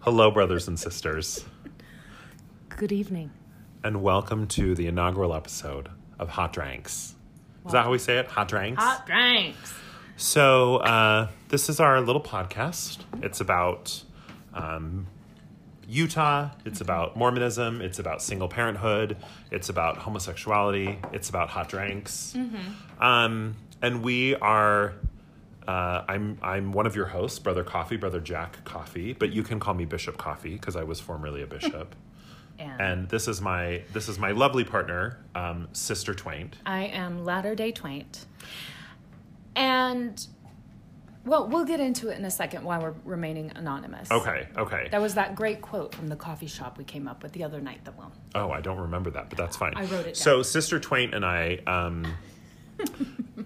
Hello, brothers and sisters, Good evening. and welcome to the inaugural episode of Hot Dranks. Is that how we say it? Hot Dranks? Hot drinks. So, uh, this is our little podcast. It's about um, Utah, it's about Mormonism, it's about single parenthood, it's about homosexuality, it's about hot drinks. Um, and we are. Uh, I'm I'm one of your hosts, Brother Coffee, Brother Jack Coffee, but you can call me Bishop Coffee because I was formerly a bishop. And, and this is my this is my lovely partner, um, Sister Twaint. I am Latter day Twaint. And, well, we'll get into it in a second why we're remaining anonymous. Okay, okay. That was that great quote from the coffee shop we came up with the other night, that well. Oh, I don't remember that, but that's fine. I wrote it So Sister Twain and I um,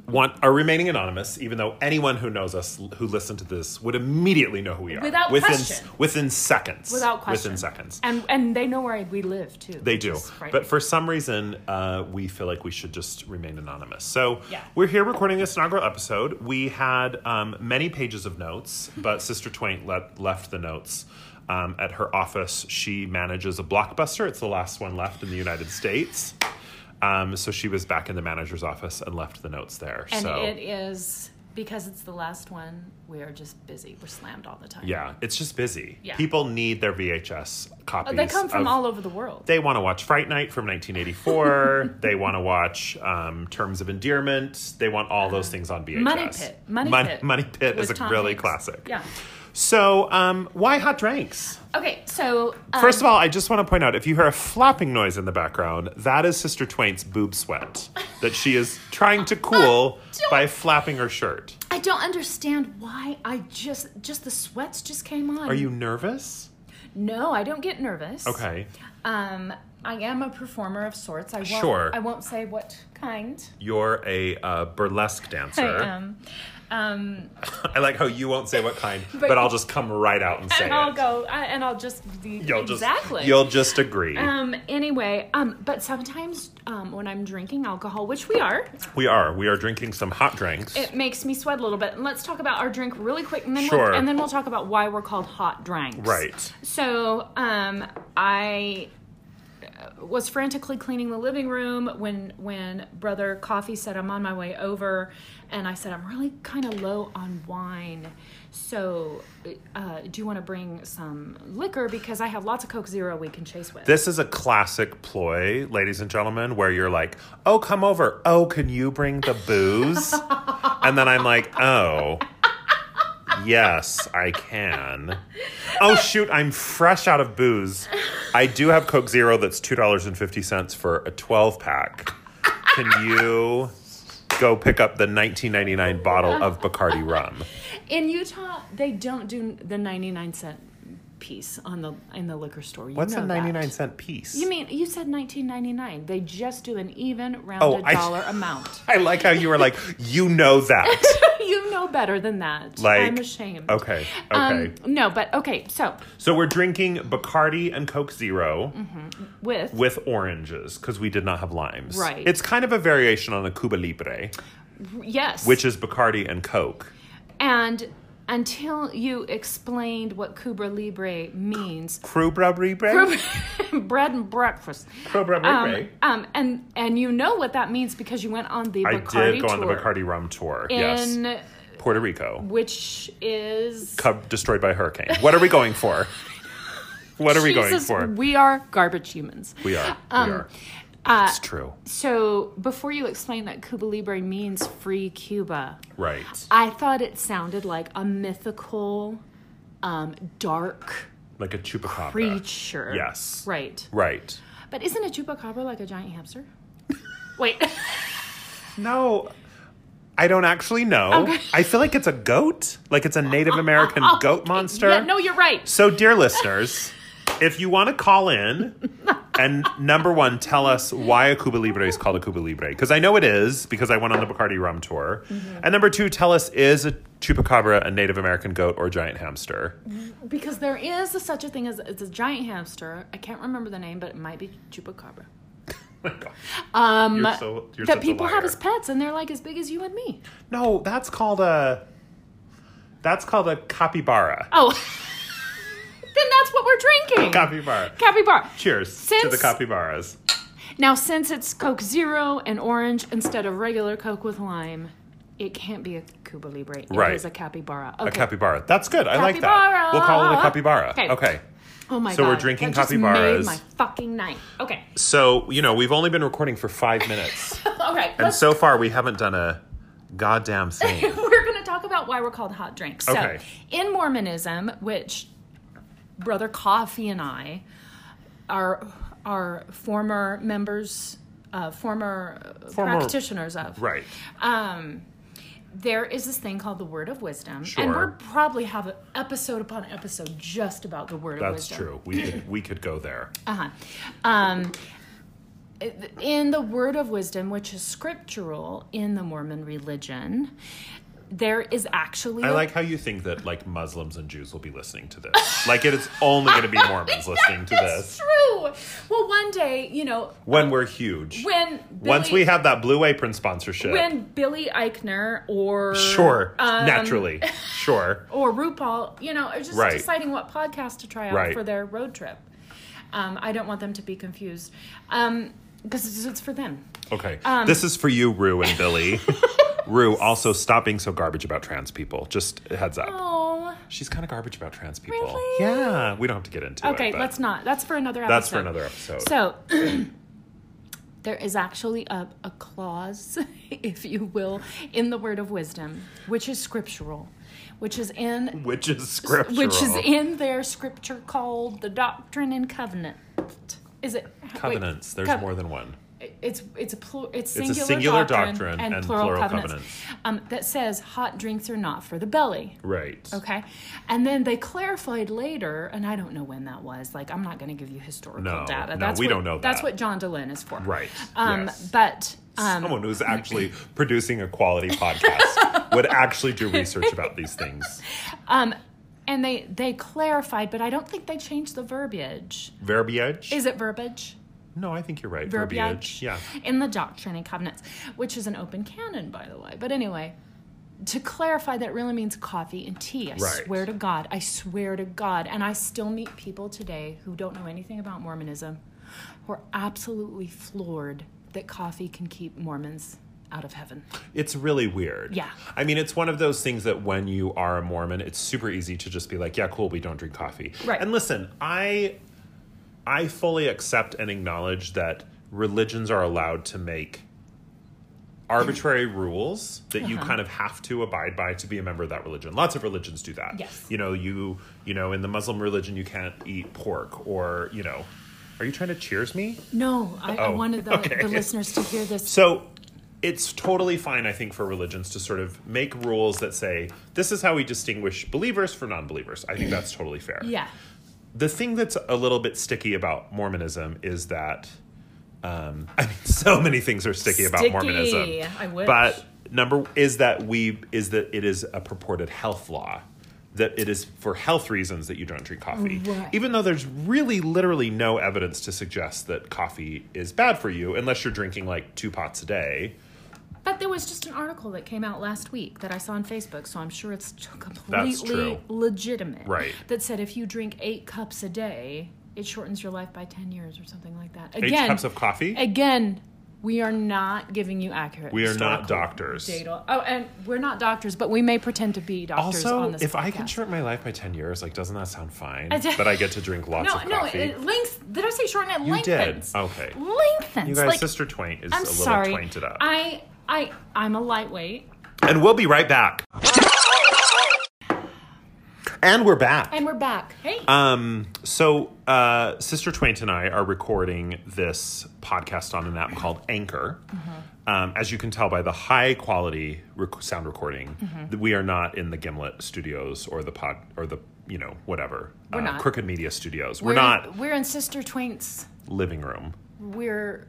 want are remaining anonymous, even though anyone who knows us, who listened to this, would immediately know who we are Without within question. within seconds. Without question. within seconds. And, and they know where we live, too. They which do. is frightening. But for some reason, uh, we feel like we should just remain anonymous. So Yeah. we're here recording this inaugural episode. We had um, many pages of notes, but Sister Twain let, left the notes. Um, at her office, she manages a blockbuster. It's the last one left in the United States. Um, so she was back in the manager's office and left the notes there. And so it is, because it's the last one, we are just busy. We're slammed all the time. yeah, it's just busy. Yeah. Uh, People need their VHS copies. They come from of- all over the world. they want to watch Fright Night from 1984. they want to watch um, Terms of Endearment. They want all those things on VHS. Money Pit. Money Mon- Pit. Money Pit is with a Tom really Hanks. classic. Yeah. So, um, why hot drinks? Okay, so. Um, First of all, I just want to point out if you hear a flapping noise in the background, that is Sister Twain's boob sweat that she is trying to Oh, cool by flapping her shirt. I don't understand why I just just the sweats just came on. Are you nervous? No, I don't get nervous. Okay. Um, I am a performer of sorts. I won't, Sure. I won't say what kind You're a uh, burlesque dancer. I am. Um, I like how you won't say what kind, but, But- I'll just come right out and say and I'll it. go. I, and I'll just be You'll exactly. just you'll just agree. um. Anyway. Um. But sometimes, um, when I'm drinking alcohol, which we are, We are. We are drinking some hot drinks. it makes me sweat a little bit. And let's talk about our drink really quick, and then Sure. we'll, and then we'll talk about why we're called hot drinks. right. So, um, I uh, was frantically cleaning the living room when when brother coffee said i'm on my way over and i said i'm really kind of low on wine so uh, do you want to bring some liquor because i have lots of coke zero we can chase with This is a classic ploy, ladies and gentlemen, where you're like, "Oh, come over. Oh, can you bring the booze?" and then I'm like, "Oh, yes, I can." Oh shoot, I'm fresh out of booze. I do have Coke Zero that's $2.50 for a 12 pack. Can you go pick up the 1999 bottle of Bacardi rum? in utah they don't do the 99 cent piece on the in the liquor store You What's know a that. 99 cent piece? you mean you said 1999 they just do an even Oh, rounded I- dollar amount I like how you were like, you know that. you know better than that. Like, I'm ashamed. Okay, okay. Um, no, but okay. So so we're drinking Bacardi and Coke 0 with, with oranges because we did not have limes. Right. It's kind of a variation on a Cuba Libre, yes, which is Bacardi and Coke. and until you explained what Cuba Libre means, Cuba Libre? bread and breakfast. Cuba Um, Libre. um, and and you know what that means because you went on the I Bacardi did go on the tour Bacardi rum tour. in yes. Puerto Rico. which is Cub destroyed by a hurricane. What are we going for? What are we going Jesus, um, for? We are garbage humans. We are. we are. uh, it's true. So before you explain that Cuba Libre means free Cuba, Right. I thought it sounded like a mythical, um, dark Like a chupacabra. creature. Uh, Yes. Right. Right. But isn't a chupacabra like a giant hamster? Wait. No, I don't actually know. I feel like it's a goat, like it's a Native American goat monster. Oh, Yeah, no, you're right. So, dear listeners, if you want to call in and number one, tell us why a Cuba Libre is called a Cuba Libre, because I know it is, because I went on the Bacardi rum tour. Mm-hmm. And number two, tell us is a chupacabra a Native American goat or giant hamster? Because there is a, such a thing as it's a giant hamster. I can't remember the name, but it might be chupacabra. Um, you're so, you're that such a people have liar. as pets, and they're like as big as you and me. No, that's called a. That's called a capybara. Oh. then that's that's what we're drinking. Coffee bar. Capybara. Cheers to Since- the capybaras. Now, since it's Coke Zero and orange instead of regular Coke with lime, it can't be a Cuba Libre. It Right. is a capybara. A Okay. capybara. That's good. I like that. Capybara. We'll call it a capybara. Okay. okay. oh my so god. we're drinking that just capybaras. Made my fucking night. Okay. So, you know, we've only been recording for five minutes. All right. and Let's, so far, we haven't done a goddamn thing. we're going to talk about why we're called hot drinks. So, Okay. in Mormonism, which Brother Coffee and I are are former members, uh, former, Former- practitioners of. right. um, there is this thing called the word of wisdom, and Sure. we'll probably have an episode upon episode just about the word of That's wisdom. true. We could, we could go there. Uh-huh. Um, in the word of wisdom, which is scriptural in the Mormon religion, there is actually I a- like how you think that like Muslims and Jews will be listening to this. Like it is only going to be Mormons listening to this That's true. Well, one day, you know, when we're huge. when Once Billy- we have that blue apron sponsorship. when Billy Eichner or sure. um, naturally. Sure. or RuPaul, you know, are just Right. deciding what podcast to try out Right. for their road trip. Um, I don't want them to be confused because it's, it's for them. Okay. Um, this is for you, Rue and Billy. Rue, also stop being so garbage about trans people. Just a heads up. Oh, She's kind of garbage about trans people. Really? Yeah. We don't have to get into it. okay. but Let's not. That's for another. episode. That's for another episode. So there is actually a, a clause, if you will, in the word of wisdom, which is scriptural, which is in which is scriptural. which is in their scripture called the Doctrine and Covenant. Is it wait, covenants. There's cov- more than one. it's it's a plu- It's it's a singular, singular doctrine, doctrine and, and plural, plural covenants, Um, that says hot drinks are not for the belly. Right. Okay, and then they clarified later, and I don't know when that was. Like, I'm not going to give you historical No, data. no, that's we what, don't know That's that. what John DeLynn is for. Right, Um, yes. But um, Someone who's actually producing a quality podcast would actually do research about these things. and they they clarified, but I don't think they changed the verbiage. Verbiage? Is it verbiage? no, I think you're right. verbiage Yeah. in the Doctrine and Covenants, which is an open canon, by the way. But anyway, to clarify, that really means coffee and tea. I Right. swear to God. I swear to God. And I still meet people today who don't know anything about Mormonism who are absolutely floored that coffee can keep Mormons out of heaven. It's really weird. Yeah. I mean, it's one of those things that when you are a Mormon, it's super easy to just be like, yeah, cool, we don't drink coffee. Right. And listen, I I fully accept and acknowledge that religions are allowed to make arbitrary rules that you Uh-huh. kind of have to abide by to be a member of that religion. Lots of religions do that. Yes. You know, you you know, in the Muslim religion you can't eat pork or, you know, are you trying to cheers me? No, I, I Oh, wanted the, okay. the listeners to hear this. So it's totally fine, I think, for religions to sort of make rules that say this is how we distinguish believers from non believers. I think that's totally fair. Yeah. The thing that's a little bit sticky about Mormonism is that, um, I mean, so many things are sticky, about Sticky. Mormonism. I wish. But number is that we is that it is a purported health law. That it is for health reasons that you don't drink coffee, Right. even though there's really literally no evidence to suggest that coffee is bad for you, unless you're drinking like two pots a day. But there was just an article that came out last week that I saw on Facebook, so I'm sure it's t- That's completely true. legitimate. Right. That said, if you drink eight cups a day, it shortens your life by 10 years or something like that. Eight Again, cups of coffee. again, we are not giving you accurate. We are not historical doctors. Data. Oh, and we're not doctors, but we may pretend to be doctors on Also, this if I can podcast. shorten my life by ten years, like, doesn't that sound fine? d- that I get to drink lots No, of no, coffee. it links. Did I say shorten it? You did. Lengthens. Okay. Lengthens. you guys, like, sister twain is I'm a little sorry. twainted up. I, I, I'm a lightweight, And we'll be right back. And we're back. and we're back. Hey. Um, so, uh, Sister Twaint and I are recording this podcast on an app called Anchor. Mm-hmm. Um, as you can tell by the high quality rec- sound recording, Mm-hmm. that we are not in the Gimlet Studios or the pod or the you know whatever uh, We're not. Crooked Media Studios. We're, We're not We're in Sister Twain's. living room. We're,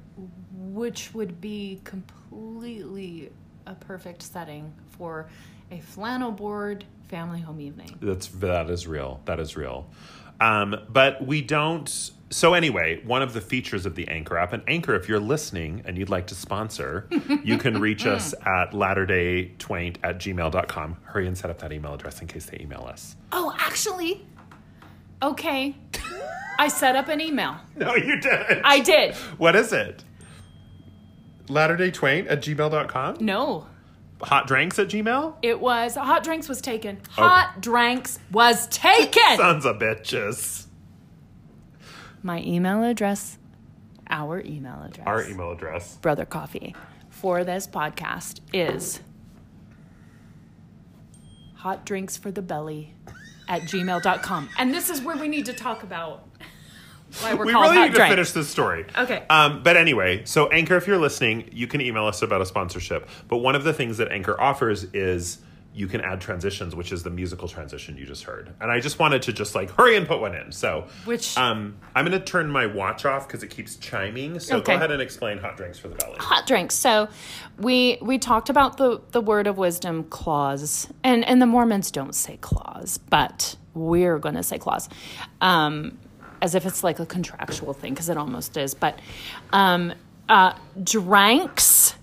which would be completely a perfect setting for a flannel board family home evening. That's that is real. That is real. Um, but we don't. So anyway, one of the features of the Anchor app, and Anchor, if you're listening and you'd like to sponsor, you can reach us at latterdaytwaint at gmail.com. Hurry and set up that email address in case they email us. Oh, actually, okay. I set up an email. No, you didn't. I did. what is it? Latter-day Twain at gmail.com? No, Hot drinks at gmail? it was hot drinks was taken. Hot drinks was taken. Sons of bitches. My email address, our email address, Our email address. brother coffee for this podcast is hot drinks for the belly at gmail.com. And this is where we need to talk about why we're we called really hot need drinks. to finish this story. Okay. Um, but anyway, so Anchor, if you're listening, you can email us about a sponsorship. But one of the things that Anchor offers is you can add transitions, which is the musical transition you just heard. And I just wanted to just like hurry and put one in. So Which- um, I'm going to turn my watch off because it keeps chiming. So Okay. go ahead and explain hot drinks for the belly. hot drinks. So we we talked about the the word of wisdom clause, and and the Mormons don't say clause, but we're going to say clause, um, as if it's like a contractual thing because it almost is. But um, uh, drinks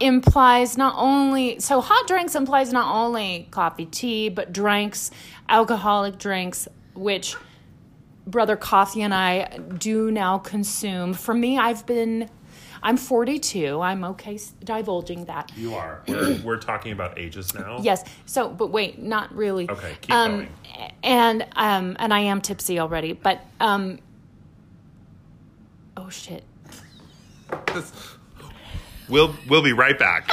implies not only so hot drinks implies not only coffee, tea, but drinks, alcoholic drinks, which brother coffee and i do now consume for me i've been i'm 42 i'm okay s- divulging that You are. We're, we're talking about ages now. yes so but wait not really Um, Okay, keep going. and um and i am tipsy already but um oh shit We'll we'll be right back.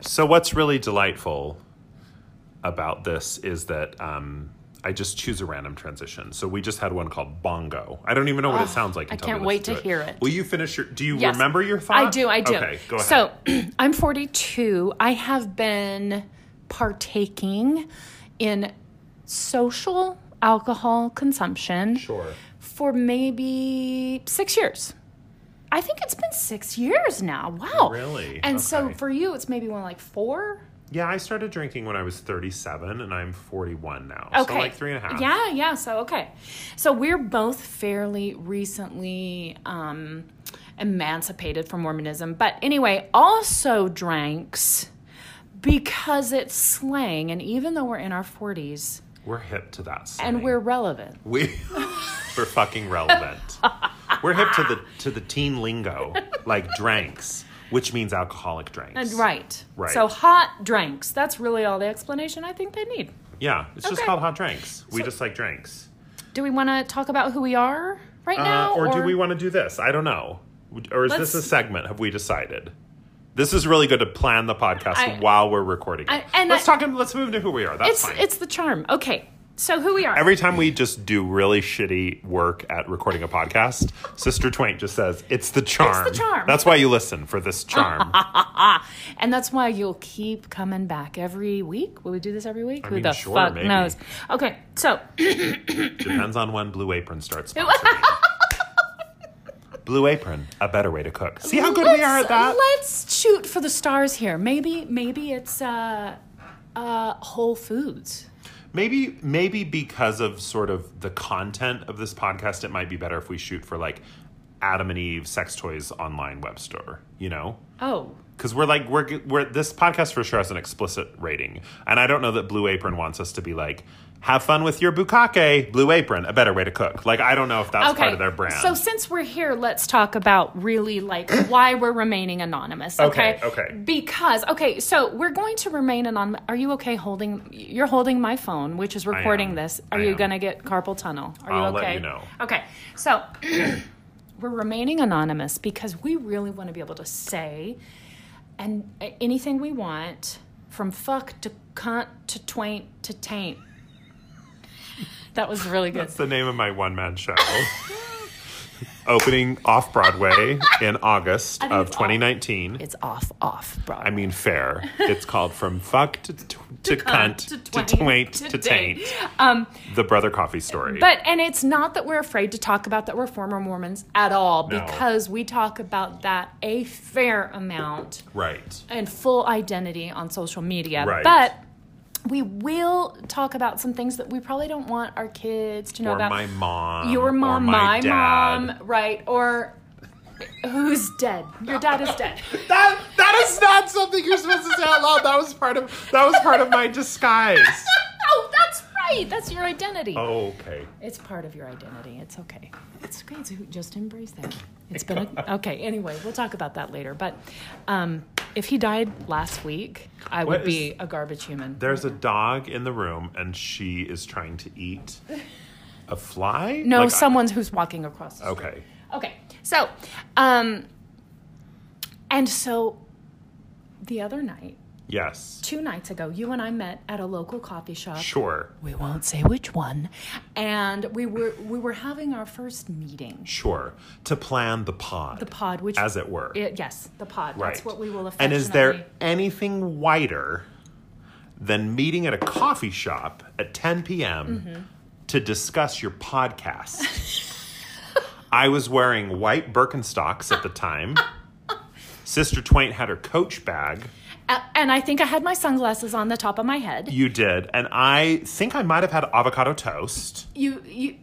So what's really delightful about this is that um, I just choose a random transition. So we just had one called bongo. I don't even know what it sounds like. Ah, I until can't we wait listen to hear it. Will you finish your? Do you Yes. remember your thought? I do, I do. Okay, go ahead. So I'm 42. I have been partaking in social alcohol consumption sure. for maybe six years. I think it's been six years now. Wow. Really? And so Okay. for you, it's maybe one like four. Yeah, I started drinking when I was 37, and I'm 41 now. Okay. So like three and a half. Yeah, yeah. So okay, so we're both fairly recently um, emancipated from Mormonism, but anyway, also drinks because it's slang, and even though we're in our forties We're hip to that. and slang. we're relevant, We we're fucking relevant. we're hip to the to the teen lingo, like drinks, which means alcoholic drinks. and right, Right. So hot drinks. That's really all the explanation I think they need. Yeah, it's just Okay. called hot drinks. We So- just like drinks. Do we want to talk about who we are right Uh, now, or, do we want to do this? I don't know. Or is Let's- this a segment? Have we decided? This is really good to plan the podcast I- while we're recording. It. I- and let's I- talk. Let's move to who we are. That's It's fine. it's the charm. Okay, so who we are? Every time we just do really shitty work at recording a podcast, Sister Twain just says, It's the charm. charm. That's why you listen for this charm. And that's why you'll keep coming back every week. Will we do this every week? Who mean, the sure, fuck maybe. knows? Okay, so Depends on when Blue Apron starts sponsoring. Blue Apron, a better way to cook. See how good we are at let's- that? Let's shoot for the stars here. Maybe, maybe it's uh, uh, Whole Foods. Maybe maybe because of sort of the content of this podcast, it might be better if we shoot for like Adam and Eve sex toys online web store, you know? Oh, Because we're like we're g- we're this podcast for sure has an explicit rating, and I don't know that Blue Apron wants us to be like have fun with your bukake, Blue Apron, a better way to cook. Like I don't know if that's okay. part of their brand. So since we're here, let's talk about really like why we're remaining anonymous. Okay. Okay, okay. Because okay, so we're going to remain anonymous. Are you okay holding? You're holding my phone, which is recording this. Are I you am. gonna get carpal tunnel? Are I'll you let okay? you know. Okay. So we're remaining anonymous because we really want to be able to say and uh, anything we want from fuck to cunt to twaint to taint. That was really good. That's the name of my one man show. Opening off Broadway in August think of it's off. 2019. It's off, off, bro. I mean, fair. It's called From Fuck to, t- to, Cunt to Twaint to, Taint. the Brother Coffee Story. Um, But and it's not that we're afraid to talk about that we're former Mormons at all No. because we talk about that a fair amount right. and full identity on social media. Right. But we will talk about some things that we probably don't want our kids to know Or about. my mom. Your mom, or my, my, dad. mom, right? Or who's dead? Your dad is dead. That, that is not something you're supposed to say out loud. That was part of, that was part of my disguise. oh, that's right. That's your identity. Oh, Okay. It's part of your identity. It's okay. It's okay. So just embrace that. It's been a, okay. Anyway, we'll talk about that later. But um, if he died last week, I would What is- be a garbage human. There's a dog in the room, and she is trying to eat a fly. no, Like, I- Oh. someone who's walking across. The okay. Okay. So, um, and so the other night, Yes. two nights ago, you and I met at a local coffee shop. Sure. We won't say which one. And we were we were having our first meeting. Sure. To plan the pod. The pod, which As it were. I- yes, the pod. right. That's what we will And affectionately. is there anything whiter than meeting at a coffee shop at 10 p.m. Mm-hmm. to discuss your podcast? I was wearing white Birkenstocks at the time. Sister Twain had her coach bag. A- and I think I had my sunglasses on the top of my head. You did. And I think I might have had avocado toast. You you.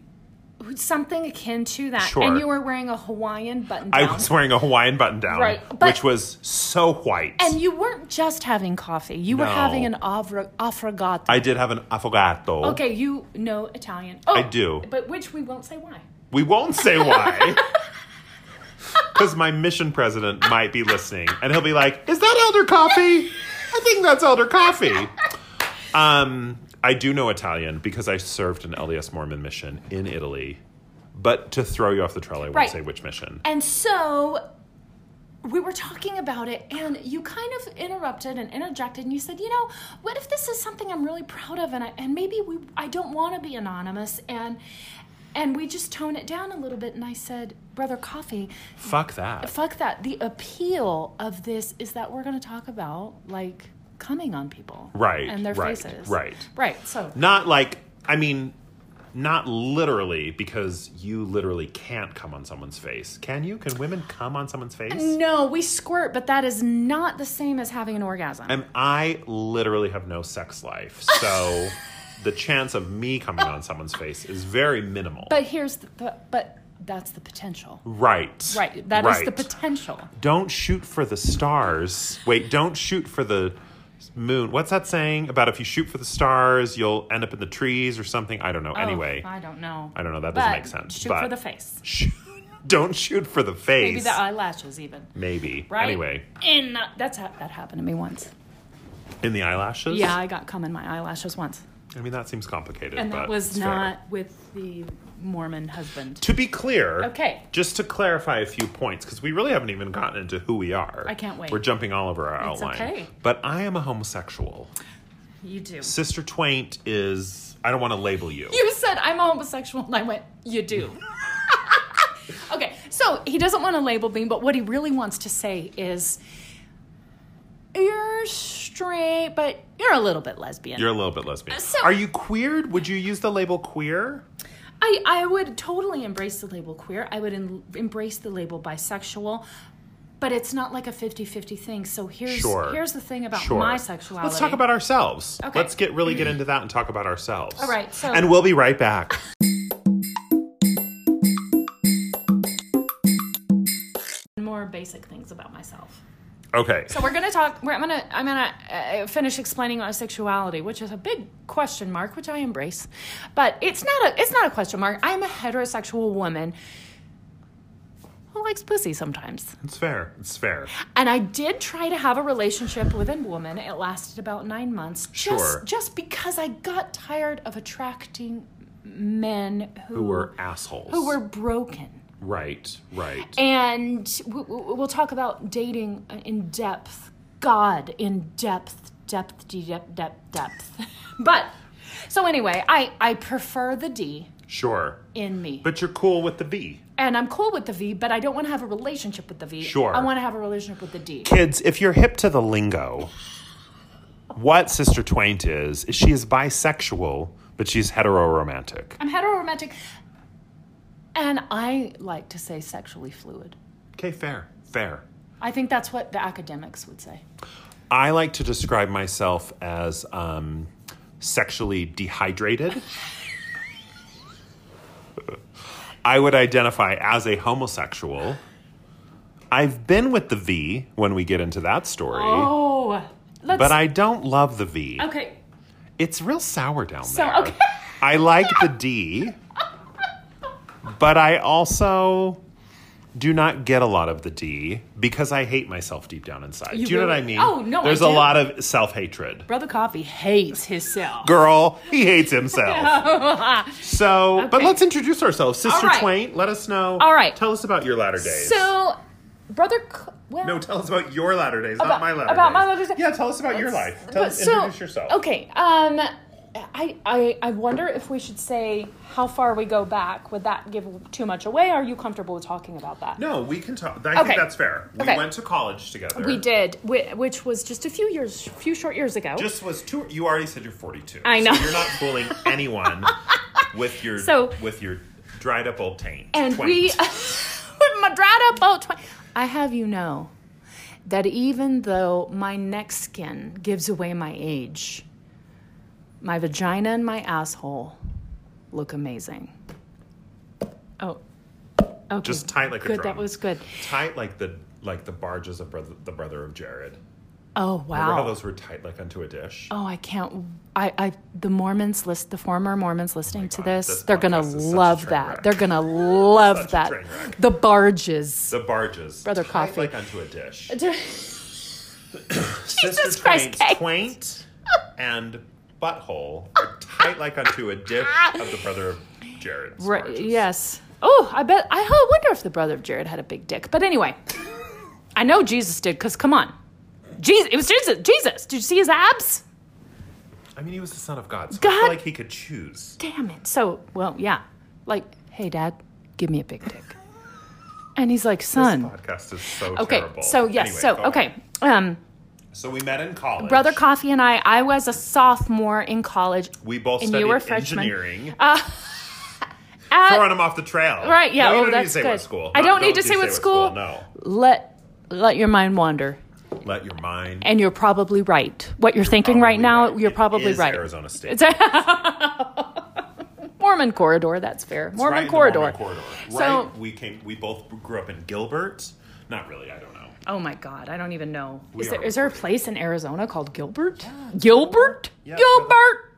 Something akin to that, Sure. and you were wearing a Hawaiian button down, I was wearing a Hawaiian button down, Right, but- which was so white. and you weren't just having coffee; you were No. having an avra- affogato. I did have an affogato. Okay, you know Italian. Oh, I do. But which we won't say why. We won't say why. Because my mission president might be listening and he'll be like, Is that elder coffee? I think that's elder coffee. Um, I do know Italian because I served an LDS Mormon mission in Italy. But to throw you off the trail, I won't Right. say which mission. And so we were talking about it, and you kind of interrupted and interjected, and you said, "You know, what if this is something I'm really proud of, and I, and maybe we I don't want to be anonymous, and and we just tone it down a little bit." And I said, "Brother Coffee, Fuck that. fuck that. The appeal of this is that we're going to talk about like." coming on people Right, and their right, faces right. right so Not like, I mean, not literally, because you literally can't come on someone's face. Can you? Can women come on someone's face? No, we squirt, but that is not the same as having an orgasm. And I literally have no sex life, so the chance of me coming on someone's face is very minimal. but here's the, but, but that's the potential. right. Right. that is the Right. potential. Oh, Don't shoot for the stars. Wait, don't shoot for the moon. What's that saying about if you shoot for the stars, you'll end up in the trees or something? I don't know. anyway, Oh, I don't know. I don't know. That doesn't But make sense. Shoot but for the face. sh- don't shoot for the face. Maybe the eyelashes even. Maybe. Right. Anyway, In the- that's ha- that happened to me once. in the eyelashes. Yeah, I got cum in my eyelashes once, I mean that seems complicated, and but that was it's fair. not with the Mormon husband. To be clear, Okay. just to clarify a few points, because we really haven't even gotten into who we are. I can't wait. We're jumping all over our It's outline. okay. But I am a homosexual. You do. Sister Twaint is. I don't want to label you. You said I'm a homosexual, and I went, you do. okay, so he doesn't want to label me, but what he really wants to say is, you're straight, but you're a little bit lesbian. You're a little bit lesbian. Uh, So- are you queered? Would you use the label queer? I, I would totally embrace the label queer. I would en- embrace the label bisexual. But it's not like a 50-50 thing. So here's Sure. here's the thing about Sure. my sexuality. Let's talk about ourselves. Okay. Let's get really get into that and talk about ourselves. All right, so- and we'll be right back. more basic things about myself. Okay. So we're gonna talk. We're, I'm gonna I'm gonna uh, finish explaining my sexuality, which is a big question mark, which I embrace, but it's not a it's not a question mark. I'm a heterosexual woman who likes pussy sometimes, it's fair. It's fair. and I did try to have a relationship with a woman. It lasted about nine months, just Sure. just because I got tired of attracting men who, Who were assholes? who were broken. right? Right. And we, we- we'll talk about dating in depth, God in depth, depth, de- depth, depth, depth. but so anyway, I, I prefer the D sure. in me. But you're cool with the B. and I'm cool with the V, but I don't want to have a relationship with the V. Sure. I want to have a relationship with the D. kids, if you're hip to the lingo, what Sister Twaint is, is she is bisexual, but she's heteroromantic. I'm heteroromantic. And I like to say sexually fluid. Okay, fair, fair. I think that's what the academics would say. I like to describe myself as um, sexually dehydrated. I would identify as a homosexual. I've been with the V when we get into that story, Oh, let's. but I don't love the V. okay. It's real sour down So- there. okay. I like the D, but I also do not get a lot of the D because I hate myself deep down inside. You do you know what I really- mean? Oh, no, I There's a do. lot of self hatred. Brother Coffee hates himself. Girl, he hates himself. so, but Okay. let's introduce ourselves. Sister All right. Twain, let us know. All right. Tell us about your latter days. So, Brother, Co- well, no, tell us about your latter days, not About- my latter about days. my latter days. Yeah, tell us about your life. Tell But us, so- introduce yourself. Okay. Um, I, I I wonder if we should say how far we go back. Would that give too much away? Are you comfortable with talking about that? No, we can talk. I Okay. think that's fair. We Okay. went to college together. We did, whi- which was just a few years, few short years ago. Just was two. You already said you're 42. I know. So you're not fooling anyone with your So- with your dried up old taint. and Twain. we, with my dried up old twi- I have you know that even though my neck skin gives away my age, my vagina and my asshole look amazing. Oh, okay. Just tight like a good. drum. That was good. tight like the like the barges of brother, the brother of Jared. Oh Remember how wow. those were tight like unto a dish? Oh, I can't. I, I, the Mormons list, the former Mormons listening to God, this, this they're gonna podcast is such a love train that. wreck. They're gonna love Such a that. train wreck. The barges. The barges, Brother tight Coffee. like unto a dish. Jesus Sister Christ, Twain's Kate. quaint and butthole are tight like unto a dish of the brother of Jared's Right. barges. Yes. Oh, I bet. I ho- wonder if the brother of Jared had a big dick. But anyway, I know Jesus did. Cause come on, Jesus. It was Jesus. Jesus. Did you see his abs? I mean, he was the son of God, so I God- feel like he could choose. Damn it. So well, yeah. Like, hey, Dad, give me a big dick. And he's like, This son. podcast is so Okay. terrible. So yes. Anyway, so go ahead. okay. Um, So we met in college. brother Coffee and I. I was a sophomore in college. we both and studied you were freshman. Uh, engineering. At- throwing him off the trail. Right, yeah, No, you oh, don't need to that's say good. what school. I No, don't need to you say what school. No. let let your mind wander. Let your mind. and you're probably right. What you're, thinking right probably now, right. you're It probably is right. Arizona State. It's Mormon corridor. That's fair. Mormon right in the corridor. Mormon corridor. So- right. We came. We both grew up in Gilbert. Not really. I don't know. Oh my God, I don't even know. Is are there, is there a place in Arizona called Gilbert? Gilbert? Yeah, Gilbert?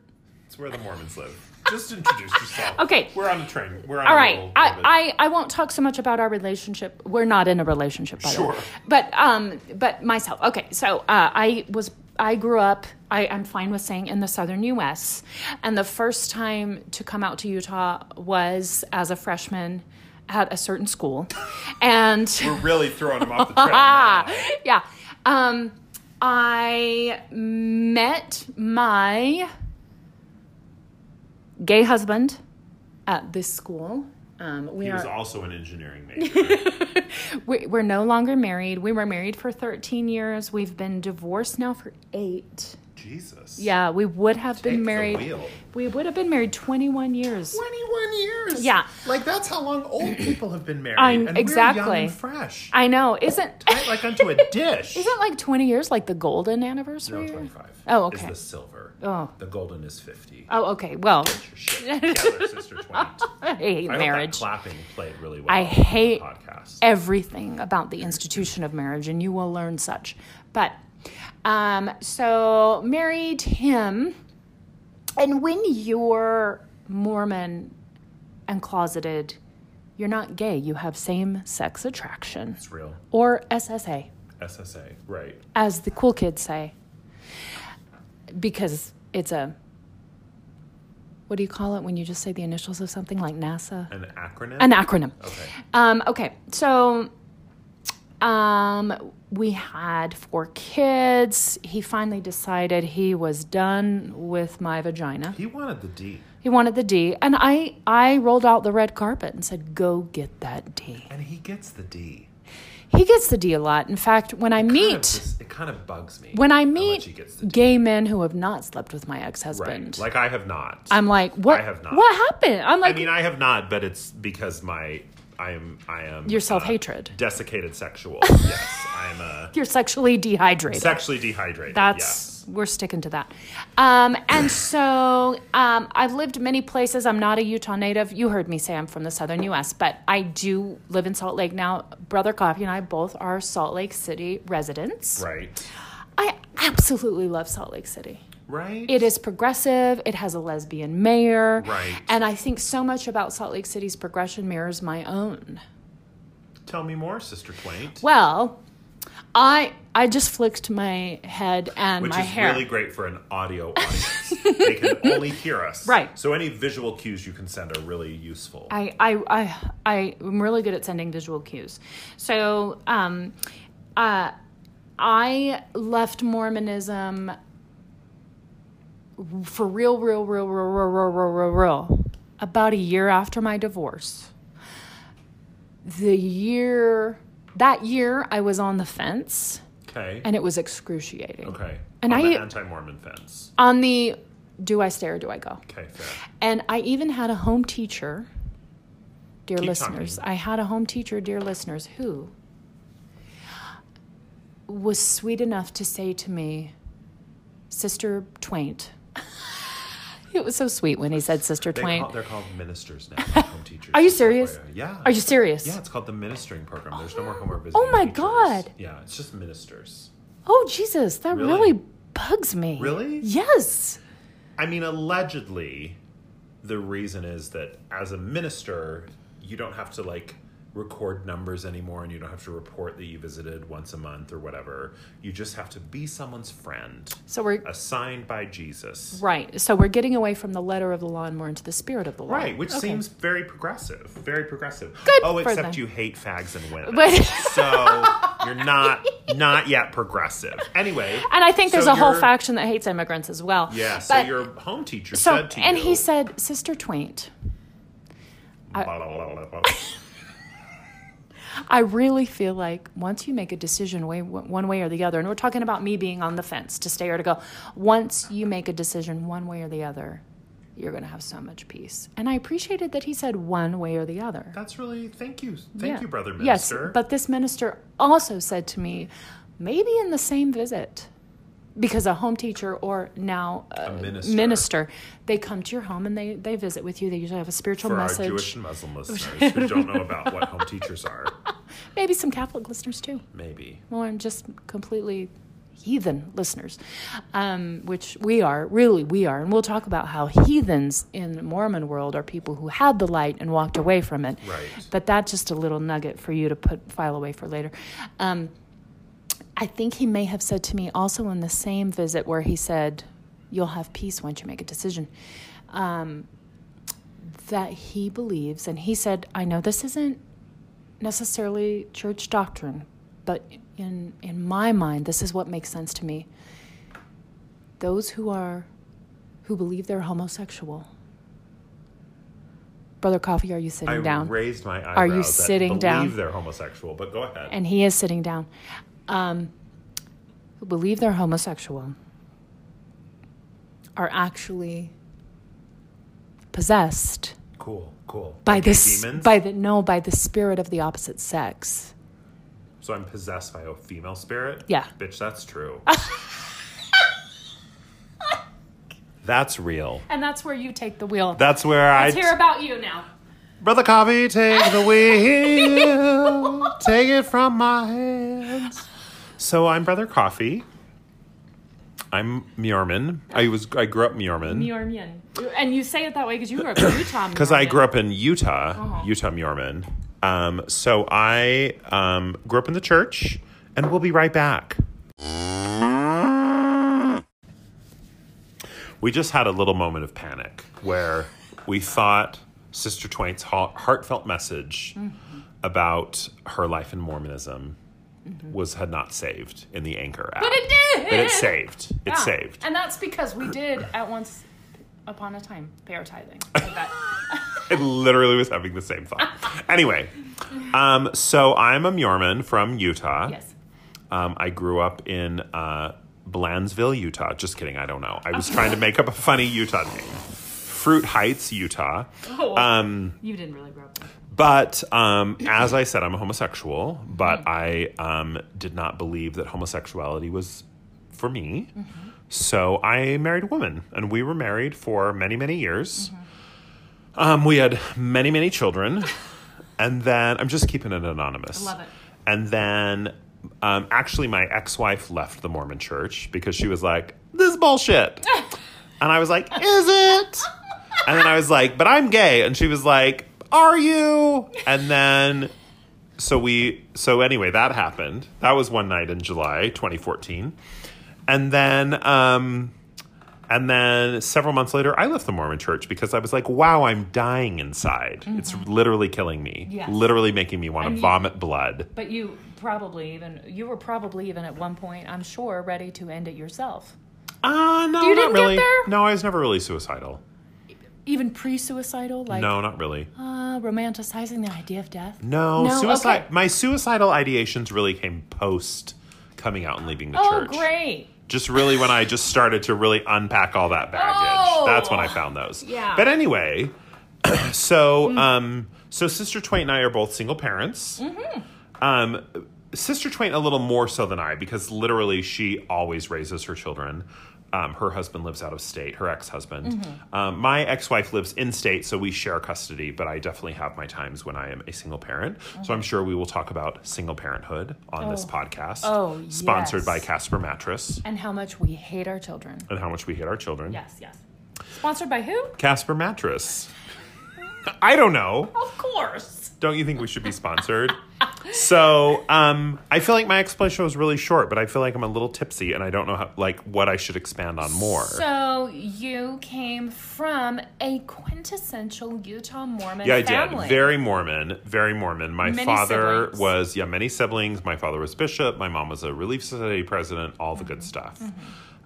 It's where the Mormons live. Just introduce yourself. Okay. We're on a train. We're on All a right. little- little bit- I, I, I won't talk so much about our relationship. We're not in a relationship, by the way. Sure. But um, but myself. Okay. So uh, I was I grew up. I, I'm fine with saying in the southern U.S. And the first time to come out to Utah was as a freshman at a certain school, and We're really throwing him off the trail. now. yeah. Um, I met my gay husband at this school. Um, we He was are also an engineering major. we, we're no longer married. We were married for 13 years. We've been divorced now for eight. Jesus. Yeah, we would have Take been the married. wheel. We would have been married 21 years. 21 years. Yeah. Like that's how long old people have been married. I'm- and We're exactly. young and fresh. I know. Isn't Right, like unto a dish. isn't like 20 years like the golden anniversary? no, or- 25. Oh, Is okay. the silver. Oh. The golden is 50. Oh, okay. Well, Get your shit together, sister 20. I hate I hope marriage. that clapping played really well. I on the hate podcast. everything about the institution of marriage, and you will learn such. But um, so married him, and when you're Mormon and closeted, you're not gay. You have same-sex attraction It's real. or SSA, SSA. Right. as the cool kids say, because it's a what do you call it when you just say the initials of something like NASA? An acronym. An acronym. okay. Um, okay, so um, we had four kids. He finally decided he was done with my vagina. He wanted the D, He wanted the D, and I I rolled out the red carpet and said, "Go get that D." and he gets the D. He gets the D a lot. In fact, when I Kind of meet dis- it kind of bugs me when I how much meet he gets the D. gay men who have not slept with my ex Right. husband, Like I have not. I'm like, "What? I have not. What happened?" I'm I like, mean, I have not, but it's because my I am I am "Your uh, self hatred. desiccated sexual. yes, I'm a You're sexually dehydrated." sexually dehydrated. That's we're sticking to that. Um, and so um, I've lived many places. I'm not a Utah native. You heard me say I'm from the southern U.S., but I do live in Salt Lake now. Brother Coffee and I both are Salt Lake City residents. yes. right. I absolutely love Salt Lake City. right? It is progressive. It has a lesbian mayor. Right. And I think so much about Salt Lake City's progression mirrors my own. Tell me more, Sister Quaint. Well, I I just flicked my head and which my is hair. really great for an audio audience. they can only hear us. Right. So any visual cues you can send are really useful. I, I, I, I am really good at sending visual cues. So, um, uh, I left Mormonism for real, real, real, real, real, real, real, real, real, about a year after my divorce. The year, that year, I was on the fence okay. and it was excruciating. okay. and On I- the anti-Mormon fence. On the do I stay or do I go? Okay, fair. And I even had a home teacher, dear Keep listeners. I had a home teacher, dear listeners, who was sweet enough to say to me, Sister Twaint. it was so sweet when he said Sister They Twaint. call, they're called ministers now, not home teachers. Are you serious? Yeah. Are you serious? Yeah, it's called the ministering program. There's no more homework Oh visiting my teachers. God. Yeah, it's just ministers. Oh, Jesus, that Really? really bugs me. Really? Yes. I mean, allegedly, the reason is that as a minister, you don't have to like record numbers anymore and you don't have to report that you visited once a month or whatever. You just have to be someone's friend So we're assigned by Jesus. right. So we're getting away from the letter of the law and more into the spirit of the law. Right, which Okay. seems very progressive. Very progressive. Good oh, for except them. you hate fags and women. But- so you're not not yet progressive. Anyway. And I think so there's a whole your- faction that hates immigrants as well. Yeah, so But- your home teacher So, said to and you. he said, Sister Twaint, Blah, blah, blah, blah, blah. I really feel like once you make a decision way, one way or the other, and we're talking about me being on the fence to stay or to go, once you make a decision one way or the other, you're going to have so much peace. And I appreciated that he said one way or the other. That's really thank you, thank Yeah. you, brother yes, minister. but this minister also said to me, maybe in the same visit, because a home teacher or now a, minister. minister, they come to your home and they, they visit with you. They usually have a spiritual for message. our Jewish and Muslim listeners who don't know about what home teachers are, Maybe some Catholic listeners too, maybe or just completely heathen listeners, um, which we are really we are, and we'll talk about how heathens in the Mormon world are people who had the light and walked away from it. Right. But that's just a little nugget for you to put file away for later. Um, I think he may have said to me also in the same visit where he said, "You'll have peace once you make a decision." Um, that he believes, and he said, "I know this isn't necessarily church doctrine, but in in my mind, this is what makes sense to me. Those who are who believe they're homosexual. Brother Coffee, are you sitting I down? raised my eyebrows. Are you at sitting believe down? They're homosexual, but go ahead. and he is sitting down, um, who believe they're homosexual are actually possessed cool, cool. by Like this demons. by the no by the spirit of the opposite sex. so I'm possessed by a female spirit. Yeah. bitch, that's true. that's real. And that's where you take the wheel. That's where I. Let's hear about you now. Brother Coffee, take the wheel. take it from my hands. So I'm Brother Coffee. I'm Muirman. I was I grew up Muirman Miormian. And you say it that way because you grew up in Utah. because I grew up in Utah, Uh-huh. Utah Muirman. Um, so I um, grew up in the church, and we'll be right back. We just had a little moment of panic where we thought Sister Twain's ha- heartfelt message Mm-hmm. about her life in Mormonism was had not saved in the Anchor app. Mm-hmm. But it did. But it saved. It Yeah. saved. And that's because we did at once upon a time bear tithing. Like that. I literally was having the same thought. Anyway, um, so I'm a Muirman from Utah. yes. Um, I grew up in uh, Blandsville, Utah. Just kidding, I don't know. I was trying to make up a funny Utah name. Fruit Heights, Utah. Oh, Um, you didn't really grow up. there. but um, as I said, I'm a homosexual, but I um, did not believe that homosexuality was for me. So I married a woman, and we were married for many, many years. Um, we had many, many children. and then I'm just keeping it anonymous. I love it. And then Um, actually, my ex wife left the Mormon church because she was like, this is bullshit. and I was like, is it? And then I was like, but I'm gay. And she was like, are you? And then. So we so anyway that happened. That was one night in July 2014. And then um and then several months later, I left the Mormon church because I was like, wow, I'm dying inside. It's literally killing me. Mm-hmm. Yes. Literally making me want And to you- vomit blood. But you probably even you were probably even at one point, I'm sure, ready to end it yourself. Uh, no, Ah, You not didn't get really. there? No, I was never really suicidal. Even pre-suicidal, like no, not really. uh, romanticizing the idea of death. No, No, suicide. okay. My suicidal ideations really came post coming out and leaving the Oh, church. great. Just really when I just started to really unpack all that baggage. Oh. That's when I found those. Yeah. But anyway, so um, so Sister Twain and I are both single parents. Mm-hmm. Um, Sister Twain a little more so than I because literally she always raises her children. Um, her husband lives out of state. Her ex husband. Mm-hmm. Um, my ex wife lives in state, so we share custody. But I definitely have my times when I am a single parent. So I'm sure we will talk about single parenthood on this Mm-hmm. Oh. podcast. Oh, sponsored by yes. Casper Mattress And how much we hate our children. and how much we hate our children. Yes, yes. Sponsored by who? Casper Mattress. I don't know. Of course. Don't you think we should be sponsored? so um, I feel like my explanation was really short, but I feel like I'm a little tipsy and I don't know how, like what I should expand on more. So you came from a quintessential Utah Mormon yeah, I family. did. Very Mormon. Very Mormon. My Many father siblings. was yeah, many siblings. My father was bishop. My mom was a relief society president. All the good Mm-hmm. stuff.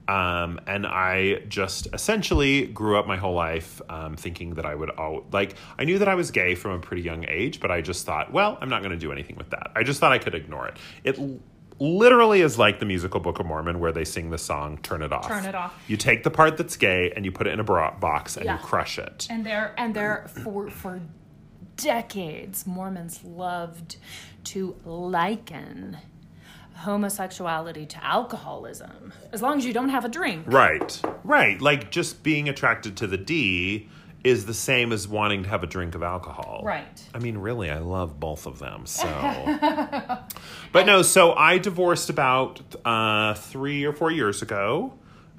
Um, and I just essentially grew up my whole life um, thinking that I would all like I knew that I was gay from a pretty young age, but I just thought, well, I'm not going to do anything with that. I just thought I could ignore it. It l- literally is like the musical Book of Mormon where they sing the song "Turn It Off." Turn It Off. You take the part that's gay and you put it in a bra- box and Yeah. you crush it. and there and there for for decades Mormons loved to liken homosexuality to alcoholism as long as you don't have a drink. Right. Right. Like just being attracted to the D is the same as wanting to have a drink of alcohol. Right. I mean, really, I love both of them. So, but no. So I divorced about uh, three or four years ago.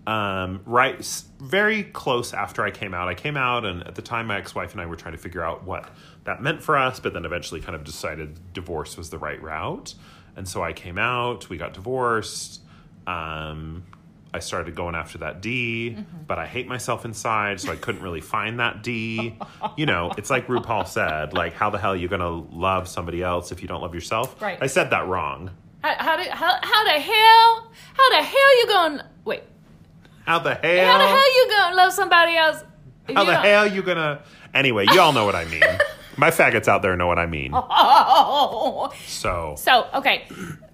Um, right, s- very close after I came out. I came out, and at the time, my ex-wife and I were trying to figure out what that meant for us. But then eventually, kind of decided divorce was the right route. And so I came out. We got divorced. Um, I started going after that D, but I hate myself inside, so I couldn't really find that D. You know, it's like RuPaul said, like how the hell are you gonna love somebody else if you don't love yourself? Right. I said that wrong. How, how, do, how, how the hell? How the hell you gonna wait? How the hell? How the hell you gonna love somebody else? if how you the don't- hell you gonna? Anyway, y'all know what I mean. My faggots out there know what I mean. Oh. So, So okay,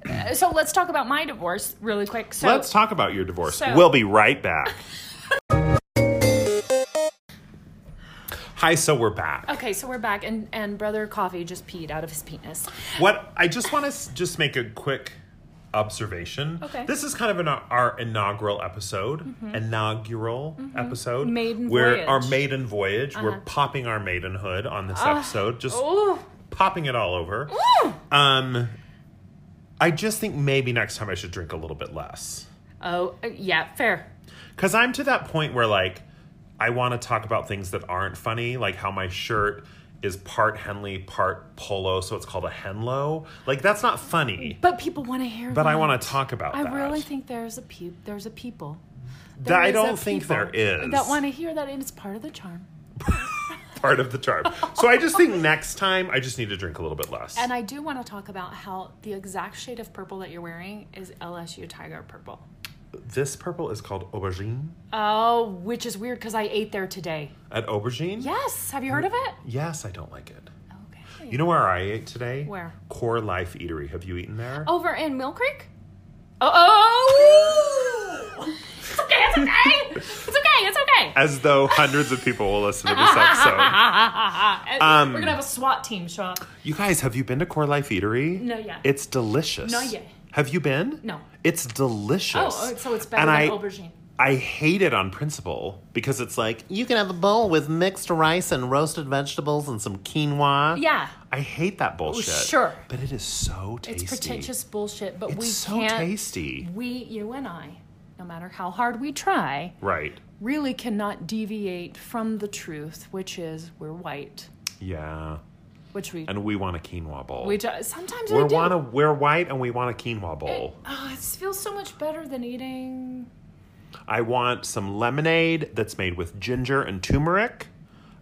Uh, so let's talk about my divorce really quick. So let's talk about your divorce. So- we'll be right back. Hi, so we're back. okay, so we're back, and and brother Coffee just peed out of his penis. What I just want to just make a quick observation. Okay. Mm-hmm. This is kind of an, our inaugural episode, inaugural episode. Maiden where voyage. Uh-huh. our maiden voyage. We're popping our maidenhood on this Ah. episode, just Ooh. popping it all over. Ooh. Um, I just think maybe next time I should drink a little bit less Oh uh, yeah, fair. because I'm to that point where like I want to talk about things that aren't funny, like how my shirt. Is part Henley, part polo, so it's called a Henlo. Like that's not funny. But people want to hear. But I that. want to talk about I that. really think there's a pe- there's a people. that I There is a don't think people there is that want to hear that, and it's part of the charm. part of the charm. so I just think next time I just need to drink a little bit less. And I do want to talk about how the exact shade of purple that you're wearing is LSU Tiger purple. this purple is called aubergine. Oh, which is weird because I ate there today. At aubergine? Yes, have you heard of it? Yes, I don't like it. Okay. You know where I ate today? Where? Oh. Core Life Eatery. Have you eaten there? Over in Mill Creek? Oh, oh! it's okay, it's okay! It's okay, it's okay! As though hundreds of people will listen to this episode. um, And We're gonna have a SWAT team show up. You guys, have you been to Core Life Eatery? No, yeah. It's delicious. Not yet. Have you been? No. It's delicious. Oh, oh, so it's better and than I, aubergine. I hate it on principle because it's like you can have a bowl with mixed rice and roasted vegetables and some quinoa. Yeah. I hate that bullshit. sure. But it is so tasty. It's pretentious bullshit, but It's we so can't. tasty. We, you and I, no matter how hard we try, Right. really cannot deviate from the truth, which is we're white, Yeah. which we And we want a quinoa bowl. we ju- sometimes we're we do. want a, we're white and we want a quinoa bowl. oh, it feels so much better than eating. I want some lemonade that's made with ginger and turmeric,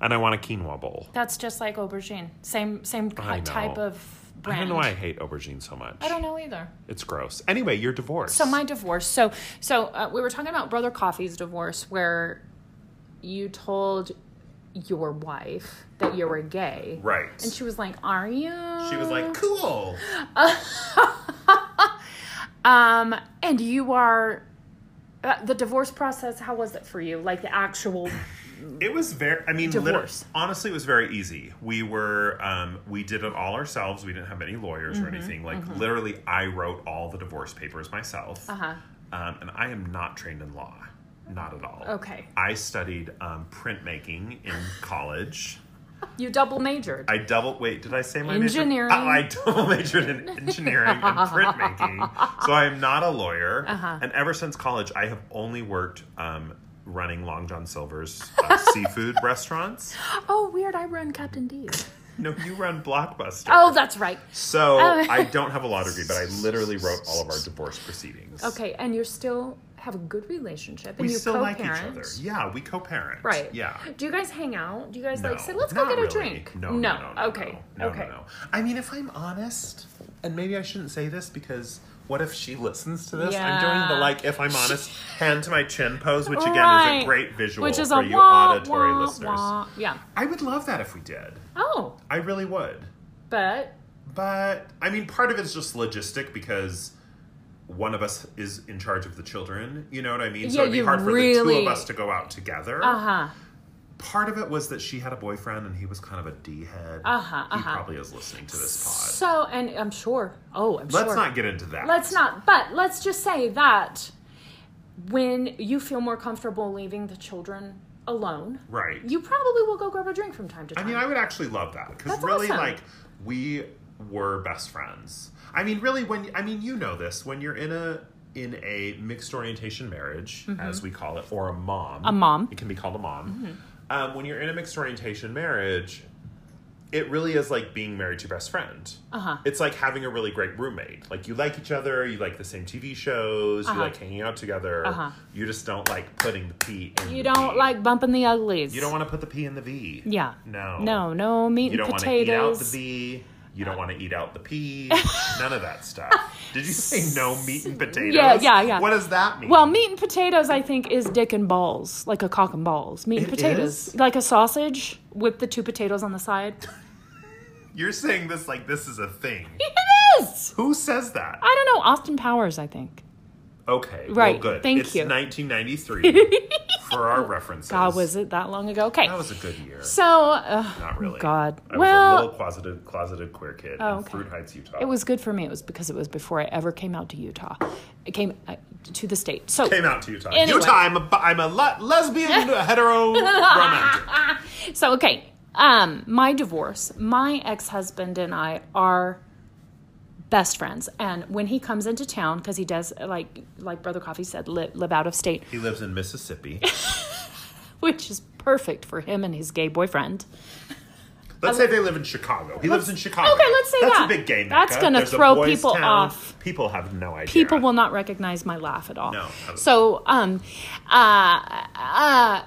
and I want a quinoa bowl. That's just like aubergine, same same I ki- type know. of brand. I don't know why I hate aubergine so much. I don't know either. It's gross. Anyway, you're divorced. So my divorce. So so uh, we were talking about Brother Coffee's divorce, where you told your wife that you were gay, right. And she was like, "Are you?" she was Mm. like, "Cool." Um, and you are uh, the divorce process. How was it for you? Like the actual It was very. I mean, liter- Divorce. honestly, it was very easy. We were. Um, we did it all ourselves. We didn't have any lawyers Mm-hmm, or anything. Like literally, I wrote all the divorce papers myself. Uh-huh. Um, and I am not trained in law, not at all. Okay. I studied um, printmaking in college. you double majored. I double wait. Did I say my Engineering. Major? Oh, I double majored in engineering and printmaking, so I am not a lawyer. Uh-huh. And ever since college, I have only worked um, running Long John Silver's uh, seafood restaurants. oh, weird. I run Captain D's. No, you run Blockbuster. Oh, that's right. so Oh. I don't have a law degree, but I literally wrote all of our divorce proceedings. Okay, and you still have a good relationship, and we you still like co-parent. each other. Yeah, we co-parent. Right. Yeah. Do you guys hang out? Do you guys like No, say, let's go not get a really. drink? No, no, no, no, okay. no, no, okay. No, no. I mean, if I'm honest, and maybe I shouldn't say this because what if she listens to this? I'm doing Yeah. the like, if I'm honest, hand to my chin pose, which again is Right. a great visual Which is for a you wah, auditory wah, listeners. wah. Yeah. I would love that if we did. Oh, I really would. but But I mean, part of it's just logistic because one of us is in charge of the children. You know what I mean? Yeah, so it'd be you hard for the two really- of us to go out together. uh huh. Part of it was that she had a boyfriend and he was kind of a D head. Uh-huh, He uh-huh. probably is listening to this pod. So, and I'm sure. Oh, I'm Let's sure. not get into that. Let's not. But let's just say that when you feel more comfortable leaving the children alone, Right. you probably will go grab a drink from time to I time. mean, I would actually love that because That's really, awesome. like, we were best friends. I mean, really, when I mean, you know this when you're in a in a mixed orientation marriage, as we call it, or a mom. Mm-hmm. A mom. Mm-hmm. It can be called a mom. Um, when you're in a mixed orientation marriage, it really is like being married to your best friend. Uh-huh. It's like having a really great roommate. Like you like each other, you like the same TV shows, Uh-huh. you like hanging out together. Uh-huh. You You just don't like putting the P in. you the don't V. like bumping the uglies. You don't want to put the P in the V. Yeah. No. No, no meat You don't and want to eat out the potatoes. V. You don't want to eat out the P. None of that stuff. Did you say no meat and potatoes? Yeah, yeah, yeah. What does that mean? Well, meat and potatoes, I think, is dick and balls, like a cock and balls. Meat and It potatoes, is? like a sausage with the two potatoes on the side. you're saying this like this is a thing. it is. Who says that? I don't know. Austin Powers, I think. Okay. Right, Well, good. thank it's you. 1993 for our references. God, was it that long ago? Okay. That was a good year. So, uh, Not really. God. I was Well- a little closeted, closeted queer kid Oh, in okay. Fruit Heights, Utah. it was good for me. It was because it was before I ever came out to Utah. It came uh, to the state. So, Came out to Utah. Anyway. Utah, I'm a, bi- I'm a le- lesbian hetero romantic. so okay. Um, my divorce. My ex-husband and I are best friends, and when he comes into town, because he does like like Brother Coffee said, live, live out of state, He lives in Mississippi. which is perfect for him and his gay boyfriend. Let's say they live in Chicago. He lives in Chicago. okay, let's say That's that. a big gay. That's mecca. gonna There's a throw boys' people town. off. People have no idea. People will not recognize my laugh at all. No, probably. So, um, uh, uh,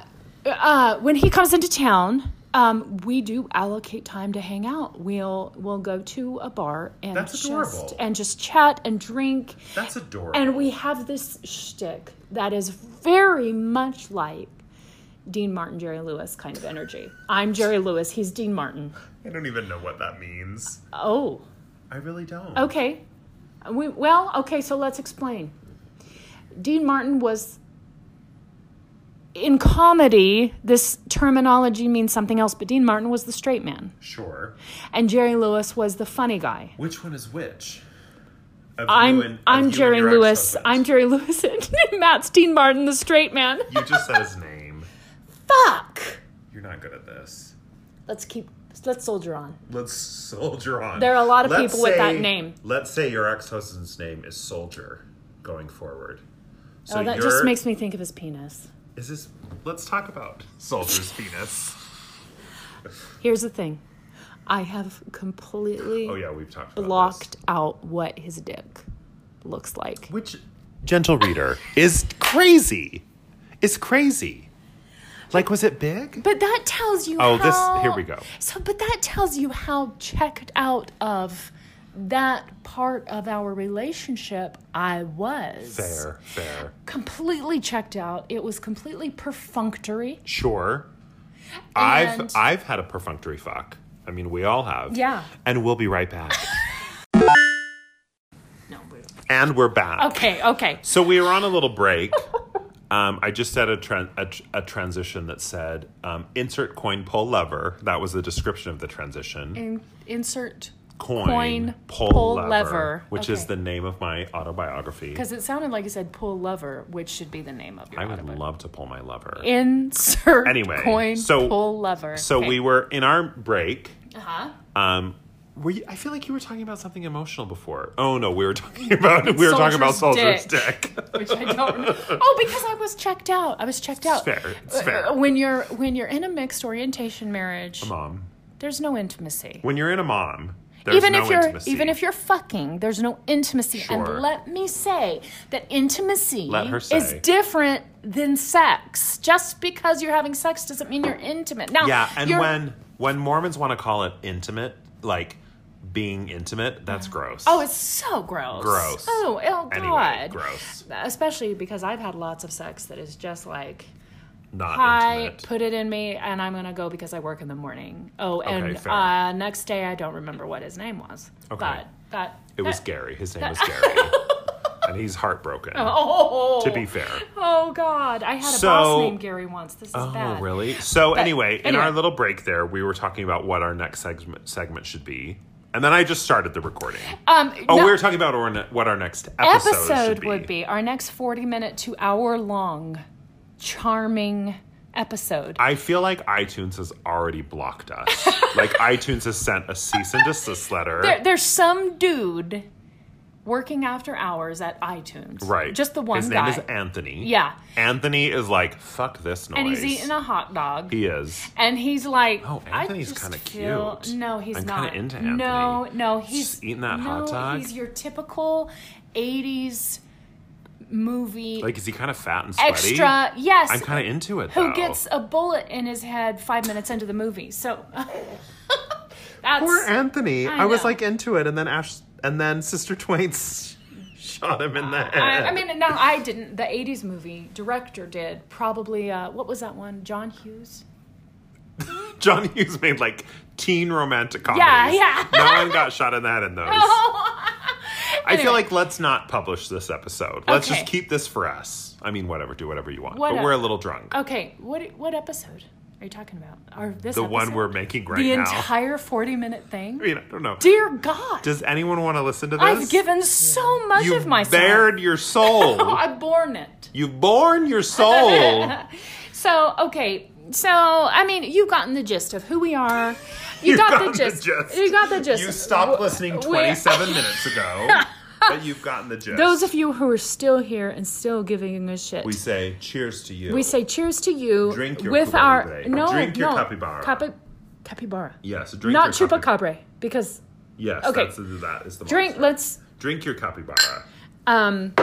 uh, when he comes into town, um, we do allocate time to hang out. We'll we'll go to a bar and That's just adorable. and just chat and drink. That's adorable. And we have this shtick that is very much like Dean Martin, Jerry Lewis kind of energy. I'm Jerry Lewis. He's Dean Martin. I don't even know what that means. Oh. I really don't. Okay. We, well, okay, so let's explain. Dean Martin was in comedy, this terminology means something else, but Dean Martin was the straight man, Sure. and Jerry Lewis was the funny guy. Which one is which? of I'm you and, of you I'm and Jerry your Lewis. ex-husband. I'm Jerry Lewis and Matt's Dean Martin, the straight man. You just said his name. Fuck. You're not good at this. Let's keep. Let's soldier on. Let's soldier on. There are a lot of Let's people with that name. Let's say your ex-husband's name is Soldier going forward. So oh, that you're- just makes me think of his penis. Is this? Let's talk about Soldier's penis. Here's the thing, I have completely Oh yeah, we've talked about this. blocked out what his dick looks like. Which gentle reader is crazy? Is crazy? Like, was it big? But that tells you. Oh, how, this- here we go. So, but that tells you how checked out of that part of our relationship I was. Fair, fair. Completely checked out. It was completely perfunctory. Sure. And- I've I've had a perfunctory fuck. I mean, we all have. Yeah. And we'll be right back. No. and we're back. Okay. Okay. So we were on a little break. Um, I just said a, tran a, tr- a transition that said um, insert coin pull lever. That was the description of the transition. In, insert Coin, coin pull, pull lever, lever. which is Okay. the name of my autobiography. because it sounded like you said pull lever, which should be the name of your I would autobiography. love to pull my lever. Insert Anyway, coin so- pull lever. So we were in our break. Uh huh. Um, were you, I feel like you were talking about something emotional before. Oh no, we were talking about we were talking about Soldier's Soldier's Dick. which I don't. know. Oh, because I was checked out. I was checked out. fair. It's fair. Uh, When you're when you're in a mixed orientation marriage, mom, there's no intimacy. when you're in a mom, there's even no if you're intimacy. even if you're fucking, there's no intimacy. Sure. And let me say that intimacy Let her is say. different than sex. Just because you're having sex doesn't mean you're intimate. Now, yeah, and you're- when when Mormons want to call it intimate, like being intimate, that's gross. oh, it's so gross. Gross. Oh, oh Anyway, god. gross. Especially because I've had lots of sex that is just like. not Hi, intimate. put it in me, and I'm gonna go because I work in the morning. Oh, and fair. uh, next day I don't remember what his name was. Okay. But that it was that- Gary. His name was Gary, and he's heartbroken. Oh, To be fair. Oh God, I had a So- boss named Gary once. This is Oh, bad. really? So anyway, in anyway. our little break there, we were talking about what our next segment segment should be, and then I just started the recording. Um, Oh, no, we were talking about our ne- what our next episode, episode should be. would be our next 40 minute to hour long, charming episode. I feel like iTunes has already blocked us. like iTunes has sent a cease and desist letter. There, there's some dude working after hours at iTunes. right. Just the one His guy. name is Anthony. Yeah. Anthony is like fuck this noise. and he's eating a hot dog. He is. And he's like, Oh, I Anthony's just kinda feel- cute. No, he's I'm kinda not. into Anthony. No, no, he's Just eating that hot no, dog. He's your typical '80s movie Like, is he kind of fat and sweaty? extra. Yes, I'm kind of into it. who though. gets a bullet in his head five minutes into the movie? So that's Poor Anthony. I I, was know. like into it, and then Ash, and then Sister Twain s- shot him in the head. I, I mean, no, I didn't. The '80s movie director did probably. Uh, what was that one? John Hughes. John Hughes made like teen romantic comedies. Yeah, yeah. Oh, no one got shot in the head in those. I Anyway. feel like let's not publish this episode. Let's Okay. just keep this for us. I mean, whatever, do whatever you want. Whatever. But we're a little drunk. Okay, what what episode are you talking about? Or this the one episode? we're making right the now. entire 40 minute I thing? mean, I don't know. Dear God. Does anyone want to listen to this? I've given so much You've of myself. bared your Oh, soul. I've borne it. You've borne your soul. So, okay. So, I mean, you've gotten the gist of who we are. You, You've got, gotten the, gist. You got the gist. You stopped W- listening we- 27 minutes ago, but you've gotten the gist. Those of you who are still here and still giving a shit. we say cheers to you. We say cheers to you Drink your with our Kool-Aid. no Drink your no capybara. Capi- capybara. yes, drink Not your capi- chupacabra because Yes, Okay. that's, that is the drink monster. let's Drink your capybara. Um,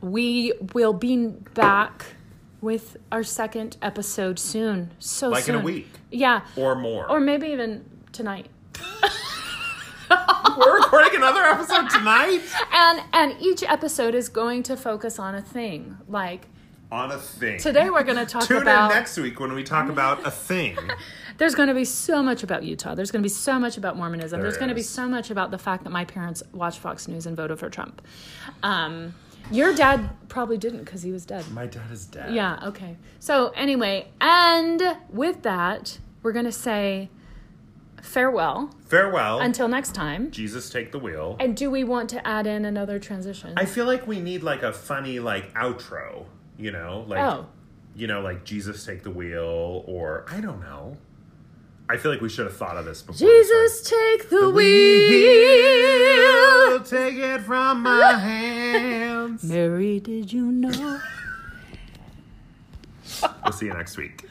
we will be back with our second episode soon. So Like in a soon. week. Yeah. Or more. Or maybe even tonight. We're recording another episode tonight And and each episode is going to focus on a thing. Like on a thing. today we're going to talk Tune about in next week when we talk about a thing. there's going to be so much about Utah. There's going to be so much about Mormonism. There there's going to be is. so much about the fact that my parents watched Fox News and voted for Trump. Um, your dad probably didn't because he was dead. My dad is dead. Yeah, okay. So, anyway, and with that, we're going to say farewell Farewell. until next time. Jesus, take the wheel. And do we want to add in another transition? I feel like we need like a funny like outro, you know, like Oh. you know, like Jesus take the wheel or I don't know. I feel like we should have thought of this before. we started. Jesus, take the wheel. take it from my hands. Mary, did you know? We'll see you next week.